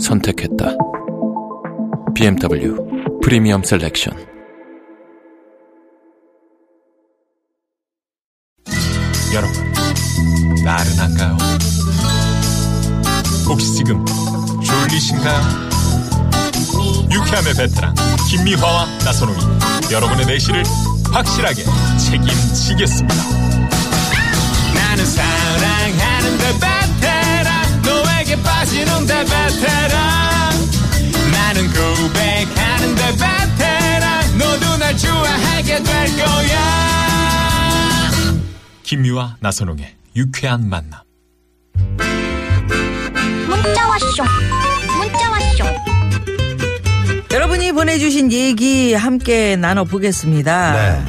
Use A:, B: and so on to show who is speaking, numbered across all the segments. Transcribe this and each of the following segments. A: 선택했다. BMW 프리미엄 셀렉션.
B: 여러분, 나른한가요? 혹시 지금 졸리신가요? 유쾌함의 베테랑 김미화와 나선홍이 여러분의 내실을 확실하게 책임지겠습니다. 나는 사랑하는데 베테랑 너에게 빠지는데 베테랑 나는 고백하는데 베테랑 너도 날 좋아하게 될 거야. 김유와 나선홍의 유쾌한 만남.
C: 문자 왔쇼 문자 왔쇼
D: 여러분이 보내주신 얘기 함께 나눠보겠습니다.
E: 네.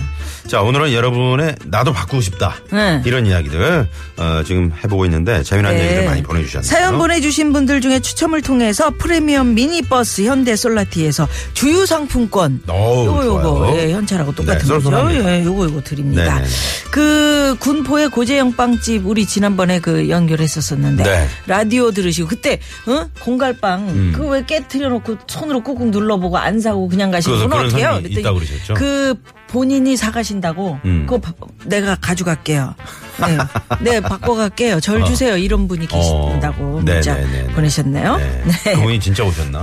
E: 자, 오늘은 여러분의 나도 바꾸고 싶다.
D: 네.
E: 이런 이야기들 어, 지금 해보고 있는데 재미난
D: 네.
E: 얘기들 많이 보내주셨네요.
D: 사연 보내주신 분들 중에 추첨을 통해서 프리미엄 미니버스 현대 솔라티에서 주유 상품권.
E: 어우,
D: 요거 요거
E: 좋아요.
D: 예, 현찰하고 똑같은
E: 네,
D: 거죠.
E: 쏠쏠합니다.
D: 예, 요거 요거 드립니다.
E: 네네네.
D: 그 군포의 고재영 빵집 우리 지난번에 그 연결했었었는데
E: 네. 음.
D: 라디오 들으시고 그때 어? 공갈빵 그거 왜 깨트려 놓고 손으로 꾹꾹 눌러보고 안 사고 그냥 가시는
E: 그래서
D: 분
E: 그런
D: 어때요?
E: 사람이 있다고 그러셨죠?
D: 그 본인이 사가신다고
E: 음.
D: 그거 바- 내가 가져갈게요. 네, 네, 바꿔갈게요. 절 주세요. 이런 분이 계신다고
E: 어.
D: 문자
E: 네네네네.
D: 보내셨네요.
E: 네.
D: 네.
E: 그분이 진짜 오셨나?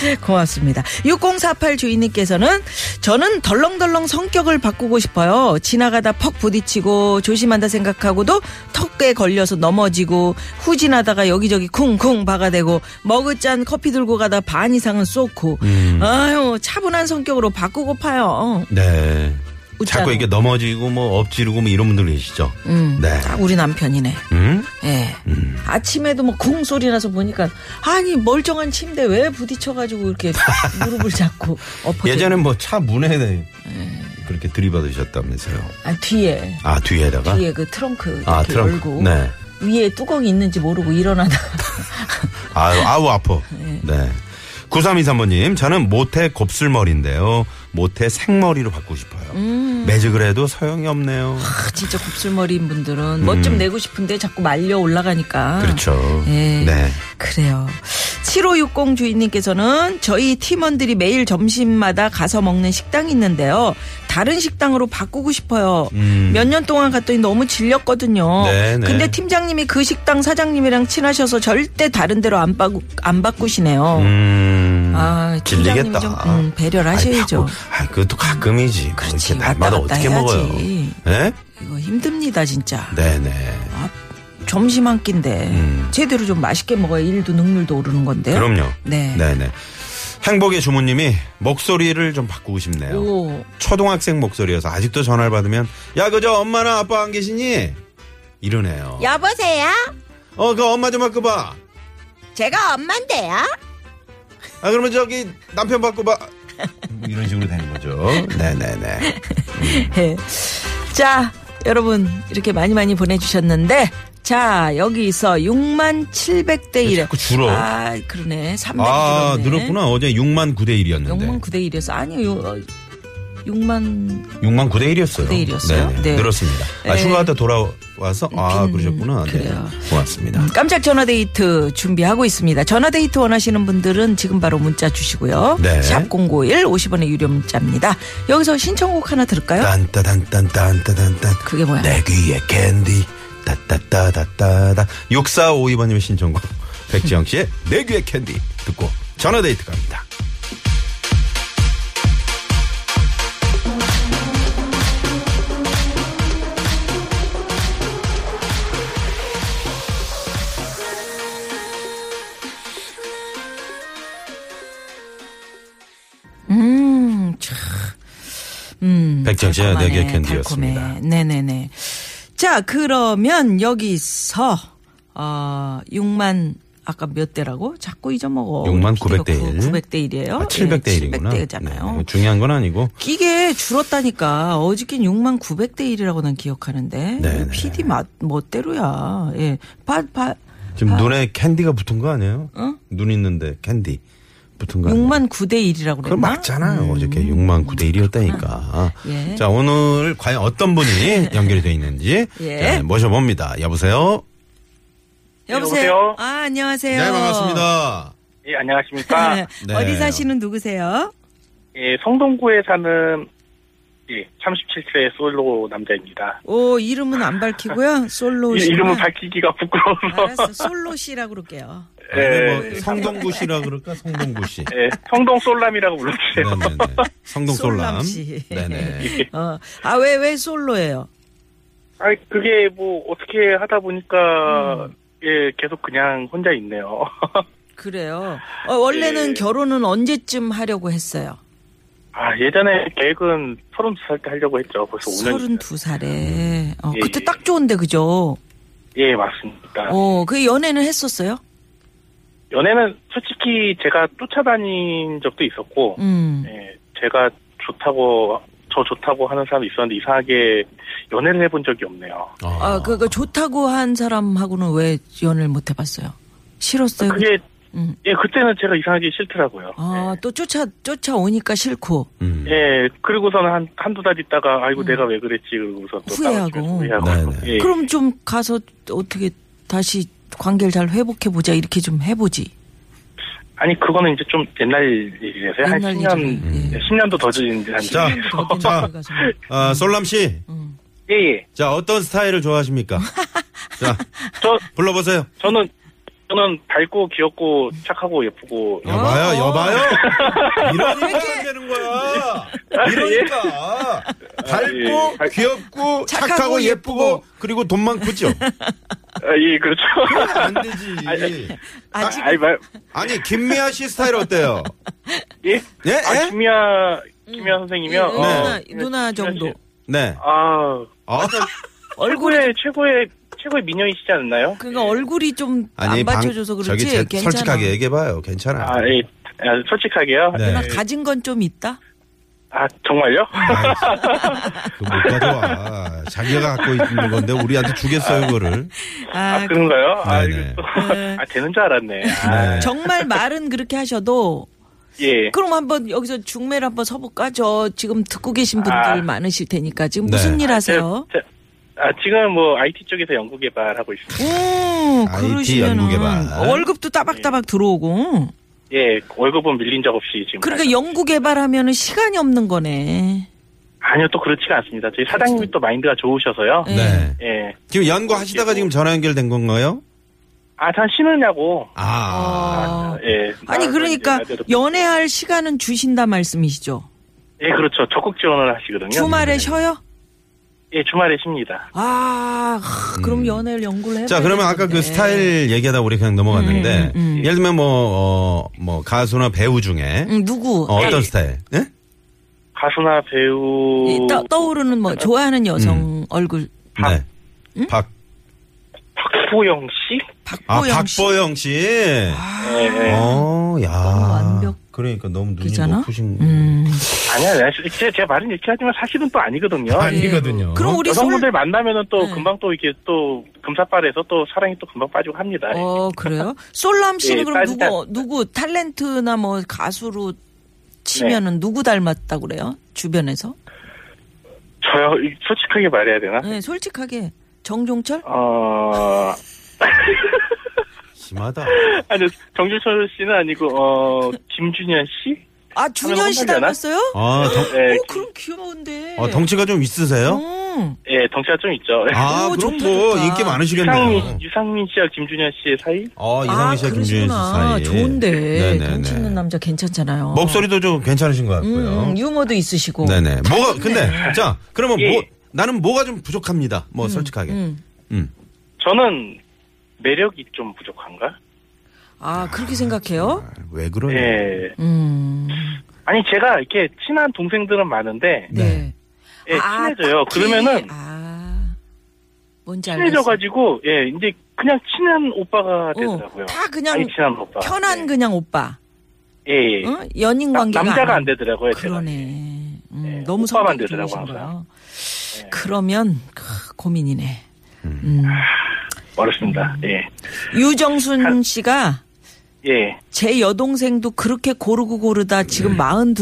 E: 네.
D: 고맙습니다. 6048 주인님께서는 저는 덜렁덜렁 성격을 바꾸고 싶어요. 지나가다 퍽 부딪히고 조심한다 생각하고도 턱에 걸려서 넘어지고 후진하다가 여기저기 쿵쿵 박아대고 머그잔 커피 들고 가다 반 이상은 쏟고
E: 음.
D: 아유 차분한 성격으로 바꾸고 파요. 어.
E: 네.
D: 웃잖아.
E: 자꾸 이게 넘어지고 뭐 엎지르고 뭐 이런 분들 계시죠? 네.
D: 딱 우리 남편이네.
E: 음?
D: 예. 아침에도 뭐 쿵 소리 나서 보니까 아니 멀쩡한 침대 왜 부딪혀가지고 이렇게 무릎을 잡고 엎어.
E: 예전엔 뭐 차
D: 네.
E: 문에 그렇게 들이받으셨다면서요.
D: 아 뒤에
E: 아, 뒤에다가?
D: 뒤에 그 트렁크 이렇게
E: 아, 트렁크.
D: 열고
E: 네.
D: 위에 뚜껑이 있는지 모르고 일어나다
E: 아유, 아우, 아파. 네. 9323번님, 저는 모태 곱슬머리인데요. 모태 생머리로 바꾸고 싶어요.
D: 음.
E: 매직을 해도 소용이 없네요.
D: 아, 진짜 곱슬머리인 분들은 멋 좀 내고 싶은데 자꾸 말려 올라가니까
E: 음. 그렇죠.
D: 예.
E: 네.
D: 그래요. 7560 주인님께서는 저희 팀원들이 매일 점심마다 가서 먹는 식당이 있는데요. 다른 식당으로 바꾸고 싶어요. 몇 년 동안 갔더니 너무 질렸거든요.
E: 음. 네, 네.
D: 근데 팀장님이 그 식당 사장님이랑 친하셔서 절대 다른 데로 안, 바꾸, 안 바꾸시네요.
E: 음.
D: 아, 팀장님
E: 질리겠다.
D: 좀 음, 배려를 하셔야죠.
E: 아이, 바꾸- 아이, 그것도 가끔이지. 뭐
D: 그렇지.
E: 이렇게
D: 왔다
E: 날마다
D: 갔다
E: 어떻게
D: 해야지.
E: 먹어요. 네?
D: 이거 힘듭니다, 진짜.
E: 네네.
D: 아, 점심 한 끼인데
E: 음.
D: 제대로 좀 맛있게 먹어야 일도 능률도 오르는 건데요.
E: 그럼요.
D: 네.
E: 네네. 행복의 주모님이 목소리를 좀 바꾸고 싶네요.
D: 오.
E: 초등학생 목소리여서 아직도 전화를 받으면 야 그저 엄마나 아빠 안 계시니 이러네요.
C: 여보세요
E: 어 그 엄마 좀 바꿔 봐.
C: 제가 엄만데요
E: 아 그러면 저기 남편 바꿔 봐. 뭐 이런 식으로 되는 거죠. 네네네.
D: 예. 자, 여러분 이렇게 많이 많이 보내주셨는데 자 여기서 6만 700대 1에
E: 자꾸 줄어.
D: 아 그러네. 300
E: 아
D: 줄었네.
E: 늘었구나. 네. 어제 6만 9대 1이었는데.
D: 6만 9대 1이어서 아니요. 요- 6만
E: 6만 9대 1이었어요.
D: 9대 1이었어요? 네.
E: 늘었습니다. 아,
D: 네.
E: 휴가 갔다 돌아와서 아
D: 음,
E: 그러셨구나. 네.
D: 그래요.
E: 고맙습니다.
D: 깜짝 전화데이트 준비하고 있습니다. 전화데이트 원하시는 분들은 지금 바로 문자 주시고요.
E: 네.
D: 샵 051, 50원의 유료 문자입니다. 여기서 신청곡 하나 들을까요?
E: 아. 딴따단딴딴따단딴.
D: 그게 뭐야?
E: 내 귀에 캔디. 따따따따따다. 6452번님의 신청곡. 백지영 씨의 내 귀에 캔디. 듣고 전화데이트 갑니다.
D: 음, 참. 음.
E: 백지영 씨의 내 귀에
D: 달콤하네,
E: 캔디였습니다.
D: 달콤해. 네네네. 자, 그러면 여기서, 어, 6만, 아까 몇 대라고? 자꾸 잊어먹어.
E: 6만
D: PD가
E: 900대
D: 구-
E: 1.
D: 900 대 1이에요. 예,
E: 아, 700대 1이구나.
D: 어?
E: 네,
D: 700대잖아요.
E: 중요한 건 아니고.
D: 이게 줄었다니까. 어저께 6만 900대 1이라고 난 기억하는데.
E: 네네.
D: PD 맛, 멋대로야. 예. 바, 바,
E: 지금
D: 아.
E: 눈에 캔디가 붙은 거 아니에요?
D: 어?
E: 눈 있는데 캔디 붙은 거 아니에요?
D: 6만 9대 1이라고
E: 네. 그거
D: 그랬나? 음.
E: 맞잖아요. 어저께 6만 9대 1이었다니까.
D: 예.
E: 자, 오늘 과연 어떤 분이 연결이 돼 있는지
D: 예.
E: 자, 모셔봅니다. 여보세요?
D: 여보세요?
F: 여보세요?
D: 아, 안녕하세요.
E: 네, 반갑습니다.
F: 예, 안녕하십니까.
E: 네.
D: 어디 사시는 누구세요?
F: 예, 성동구에 사는 예, 37세 솔로 남자입니다.
D: 오, 이름은 안 밝히고요. 솔로
F: 이,
D: 씨.
F: 이름은 밝히기가 부끄러워서.
D: 네. 아, 알았어. 솔로 씨라고 그럴게요.
F: 예,
E: 뭐 성동구 씨라 그럴까? 성동구 씨.
F: 예, 성동 솔람이라고 불러주세요.
E: 네네네. 성동
D: 솔람
E: 솔람.
D: 씨.
E: 네네.
D: 어. 아, 왜, 왜 솔로예요?
F: 아, 그게 뭐 어떻게 하다 보니까
D: 음.
F: 예, 계속 그냥 혼자 있네요.
D: 그래요. 어, 원래는
F: 예.
D: 결혼은 언제쯤 하려고 했어요?
F: 아, 예전에 계획은 32살 때 하려고 했죠. 벌써 5년.
D: 32살에. 어,
F: 예,
D: 그때
F: 예.
D: 딱 좋은데, 그죠?
F: 예, 맞습니다.
D: 어, 그 연애는 했었어요?
F: 연애는 솔직히 제가 쫓아다닌 적도 있었고
D: 음.
F: 예, 제가 좋다고 저 좋다고 하는 사람이 있었는데 이상하게 연애를 해본 적이 없네요.
D: 아, 그, 그 좋다고 한 사람하고는 왜 연애를 못 해봤어요? 싫었어요?
F: 그게
D: 음.
F: 예 그때는 제가 이상하게 싫더라고요.
D: 아, 네. 또 쫓아, 쫓아오니까 싫고.
E: 음.
F: 예. 예, 그리고서는 한 한두 달 있다가 아이고 내가 왜 그랬지 그러고서 또
D: 음. 후회하고.
F: 따로 후회하고
E: 네네.
F: 예,
D: 그럼 좀 가서 어떻게 다시 관계를 잘 회복해보자, 이렇게 좀 해보지.
F: 아니 그거는 이제 좀 옛날 일이라서 한
D: 옛날 음.
F: 10년
D: 일이네.
F: 10년도 더 지난 일인데
E: 자,
D: 거기
E: 자.
D: 나가 가서 뭐.
E: 아, 솔람 씨.
D: 음.
F: 예예
E: 자, 어떤 스타일을 좋아하십니까? 자,
F: 저
E: 불러보세요.
F: 저는 저는 밝고 귀엽고 착하고 예쁘고
E: 여봐요,
D: 어.
E: 여봐요. 이러니까 안 되는 거야. 이러니까 밝고
F: 아, 예.
E: 귀엽고
D: 착하고
E: 착하고, 예쁘고,
D: 예쁘고.
E: 그리고 돈 많고 그죠?
F: 아, 예 그렇죠.
E: 안 되지.
D: 아직
F: 아니 말
E: 아니 김미아 씨 스타일 어때요?
F: 예?
E: 예?
F: 아,
E: 예? 어.
F: 김미아, 김미아 선생님이요?
D: 네, 누나- 누나 정도.
E: 네.
F: 아,
E: 어?
F: 얼굴에 최고의, 최고의 미녀이시지 않나요?
D: 그러니까 얼굴이 좀 안
E: 방-
D: 받쳐줘서 그렇지.
E: 저기 제-
D: 괜찮아.
E: 솔직하게 얘기해봐요. 괜찮아.
F: 아, 예. 아, 솔직하게요?
E: 네.
D: 누나 가진 건 좀 있다?
F: 아, 정말요?
E: 그못 가져와. 자기가 갖고 있는 건데 우리한테 주겠어요, 그거를.
D: 아,
F: 아, 그런가요? 아,
E: 네네.
F: 이거 또, 아, 되는 줄 알았네. 아,
E: 네.
D: 정말 말은 그렇게 하셔도
F: 예.
D: 그럼 한번 여기서 중매를 한번 서볼까? 저 지금 듣고 계신 분들
F: 아.
D: 많으실 테니까 지금
E: 네.
D: 무슨 일 하세요?
F: 제- 제- 아, 지금 뭐, IT 쪽에서 연구 개발하고 있습니다.
D: 음,
E: IT 연구 개발.
D: 그러시면 월급도 따박따박 들어오고
F: 예, 월급은 밀린 적 없이 지금.
D: 그러니까 연구 개발하면은 시간이 없는 거네.
F: 아니요, 또 그렇지가 않습니다. 저희 사장님이 또 마인드가 좋으셔서요.
D: 예.
E: 네.
F: 예.
E: 지금 연구하시다가 지금 전화 연결된 건가요?
F: 아, 참 쉬느냐고.
E: 아.
D: 어.
F: 예.
D: 아니
F: 아,
D: 그러니까
F: 이제 라디오도-
D: 연애할 시간은 주신다 말씀이시죠?
F: 예, 그렇죠. 적극 지원을
E: 네.
F: 하시거든요. 네.
D: 주말에 쉬어요?
F: 예, 주말에 쉽니다.
D: 아, 하, 그럼 연애를 연구를 해.
E: 음. 자, 그러면 아까
D: 네.
E: 그 스타일 얘기하다 우리 그냥 넘어갔는데
D: 음,
E: 예를 들면 뭐, 어, 뭐 가수나 배우 중에
D: 응, 음, 누구?
E: 어, 떤 스타일? 예?
F: 가수나 배우
D: 이 떠, 떠오르는 뭐 좋아하는 여성 얼굴
E: 네. 박,
F: 박보영 씨?
E: 아,
D: 음? 박보영 씨. 아.
E: 박보영 씨.
F: 예, 예.
E: 어, 야.
D: 너무 완벽-
E: 그러니까 너무 눈이
D: 그잖아?
E: 높으신.
D: 음.
F: 아니야, 아니야. 제, 제 말은 이렇게 하지만 사실은 또 아니거든요.
E: 아니거든요.
D: 예. 그럼 우리 네. 솔
F: 여성분들 만나면은 또 금방 또 이렇게 또 금사빠에서 또 사랑이 또 금방 빠지고 합니다.
D: 어 그래요? 솔람 씨는
F: 예,
D: 그럼 누구
F: 빠지다-
D: 누구 탤런트나 뭐 가수로 치면은
F: 네.
D: 누구 닮았다 고 그래요? 주변에서?
F: 저요, 이- 솔직하게 말해야 되나?
D: 네, 솔직하게 정종철?
F: 어,
E: 심하다.
F: 아니, 정준철 씨는 아니고, 어, 김준현 씨?
D: 아 준현 씨
F: 혼자잖아?
D: 닮았어요?
E: 아, 덩,
D: 어
F: 예,
D: 그럼 귀여운데.
E: 어, 덩치가 좀 있으세요?
D: 음.
F: 예, 덩치가 좀 있죠.
E: 아,
D: 오,
E: 그럼
D: 좋다,
E: 뭐
D: 좋다.
E: 인기 많으시겠네요.
F: 유상민, 유상민 씨와 김준현 씨의 사이?
E: 어,
D: 아
E: 이상민 씨와 김준현 씨
D: 그러시구나.
E: 사이.
D: 좋은데
E: 네네네.
D: 덩치 있는 남자 괜찮잖아요.
E: 목소리도 좀 괜찮으신 것 같고요.
D: 음, 유머도 있으시고.
E: 네네. 뭐가 근데 자 그러면
F: 예.
E: 뭐 나는 뭐가 좀 부족합니다. 뭐 솔직하게.
D: 음.
F: 저는 매력이 좀 부족한가?
D: 아 그렇게 생각해요?
E: 아, 왜 그러냐?
D: 네.
F: 예.
E: 아.
D: 음.
F: 아니 제가 이렇게 친한 동생들은 많은데
D: 네.
F: 예,
D: 아, 네.
F: 친해져요.
D: 딱히.
F: 그러면은
D: 아, 뭔지 알겠어.
F: 친해져가지고 예 이제 그냥 친한 오빠가 되더라고요.
D: 어, 다 그냥
F: 아니, 친한 오빠.
D: 편한
F: 네.
D: 그냥 오빠.
F: 예, 예.
D: 어? 연인
F: 나-
D: 관계가 아니-
F: 남자가 안 되더라고요. 제가.
D: 그러네. 음,
F: 네,
D: 너무
F: 오빠만
D: 성격이
F: 되더라고,
D: 좋으신
F: 항상.
D: 거야.
F: 예.
D: 그러면 크, 고민이네. 음.
F: 어렵습니다. 예.
D: 유정순 씨가
F: 예.
D: 제 여동생도 그렇게 고르고 고르다
F: 네.
D: 지금 마흔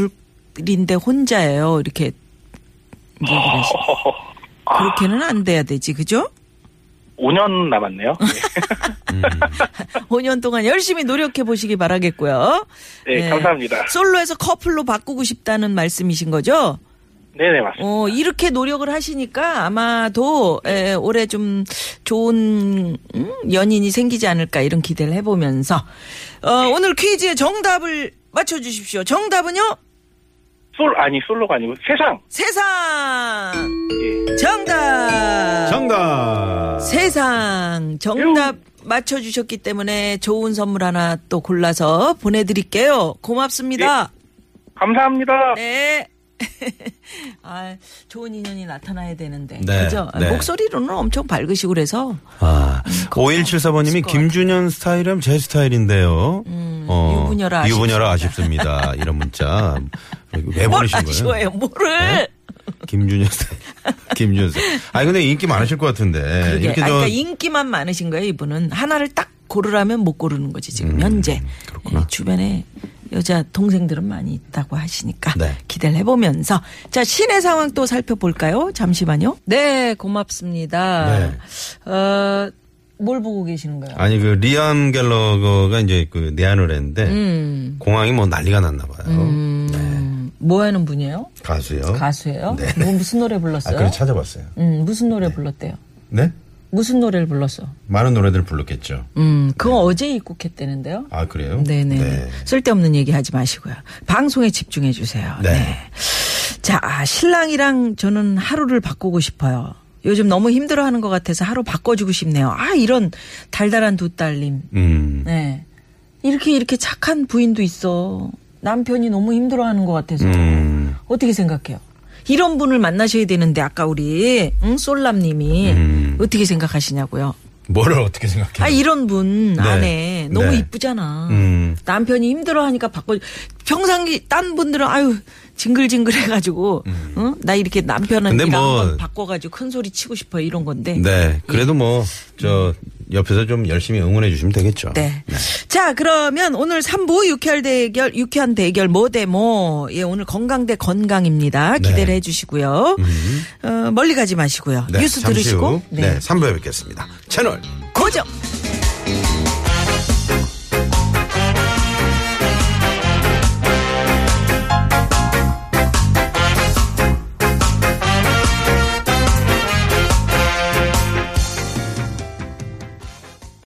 D: 둘인데 혼자예요. 이렇게 얘기를 하시. 그렇게는 안 돼야 되지, 그죠?
F: 5년 남았네요. 예.
D: 오 년 동안 열심히 노력해 보시기 바라겠고요.
F: 네, 감사합니다.
D: 솔로에서 커플로 바꾸고 싶다는 말씀이신 거죠?
F: 네, 네, 맞습니다.
D: 어, 이렇게 노력을 하시니까 아마도 에, 올해 좀 좋은 음, 연인이 생기지 않을까 이런 기대를 해보면서 어,
F: 네.
D: 오늘 퀴즈의 정답을 맞춰주십시오. 정답은요?
F: 솔 아니 솔로가 아니고 세상.
D: 세상
F: 예.
D: 정답
E: 정답.
D: 세상 정답 맞춰주셨기 때문에 좋은 선물 하나 또 골라서 보내드릴게요. 고맙습니다.
E: 예.
F: 감사합니다.
D: 네. 아, 좋은 인연이 나타나야 되는데.
E: 네,
D: 그죠?
E: 네.
D: 목소리로는 엄청 밝으시고 그래서
E: 아,
D: 그거
E: 5174번님이
D: 없을 것 음,
E: 김준현 스타일은 제 스타일인데요. 어,
D: 유부녀라 아쉽습니다.
E: 유부녀라 아쉽습니다. 이런 문자. 왜
D: 뭘
E: 보내신 뭐 거예요? 네?
D: 아쉬워요, 뭐를.
E: 김준현 스타일. 김준현 스타일. 아니, 근데 인기 많으실 것 같은데.
D: 그게
E: 네, 이렇게
D: 아,
E: 저
D: 그러니까 인기만 많으신 거예요, 이분은. 하나를 딱 고르라면 못 고르는 거지,
E: 음,
D: 지금 현재. 예, 주변에 여자 동생들은 많이 있다고 하시니까
E: 네.
D: 기대를 해보면서 자 시내 상황 또 살펴볼까요? 잠시만요. 네, 고맙습니다.
E: 네.
D: 어, 뭘 보고 계시는가요?
E: 아니 그 리암 갤러거가 이제 그 내한을 했는데 공항이 뭐 난리가 났나 봐요.
D: 음, 뭐 하는 분이에요?
E: 가수요.
D: 가수예요?
E: 네.
D: 뭐 무슨 노래
E: 아,
D: 불렀어요?
E: 그래 찾아봤어요.
D: 음, 무슨 노래 불렀대요?
E: 네?
D: 무슨 노래를 불렀어?
E: 많은 노래들을 불렀겠죠.
D: 음,
E: 네.
D: 그거 어제 입국했대는데요?
E: 아 그래요?
D: 네네.
E: 네.
D: 쓸데없는 얘기 하지 마시고요. 방송에 집중해 주세요.
E: 네.
D: 자, 아, 신랑이랑 저는 하루를 바꾸고 싶어요. 요즘 너무 힘들어 하는 것 같아서 하루 바꿔주고 싶네요. 아, 이런 달달한 두 딸님.
E: 음.
D: 네. 이렇게, 이렇게 착한 부인도 있어. 남편이 너무 힘들어 하는 것 같아서.
E: 음.
D: 어떻게 생각해요? 이런 분을 만나셔야 되는데 아까 우리 응? 솔람님이
E: 음.
D: 어떻게 생각하시냐고요?
E: 뭐를 어떻게 생각해요?
D: 아 이런 분
E: 네.
D: 안에 너무
E: 네.
D: 이쁘잖아.
E: 음.
D: 남편이 힘들어하니까 바꿔. 평상시 딴 분들은 아유 징글징글해가지고 응? 나 이렇게 남편한테
E: 음. 근데 뭐-
D: 한번 바꿔가지고 큰 소리 치고 싶어 이런 건데.
E: 네. 그래도 뭐 저 옆에서 좀 열심히 응원해 주시면 되겠죠.
D: 네. 자, 그러면 오늘 3부 유쾌한 대결, 유쾌한 대결 뭐 대 뭐. 예, 오늘 건강 대 건강입니다. 기대를 해 주시고요. 어, 멀리 가지 마시고요.
E: 음. 네,
D: 뉴스
E: 잠시 네.
D: 들으시고. 네.
E: 후, 네. 3부에 뵙겠습니다. 채널
D: 고정!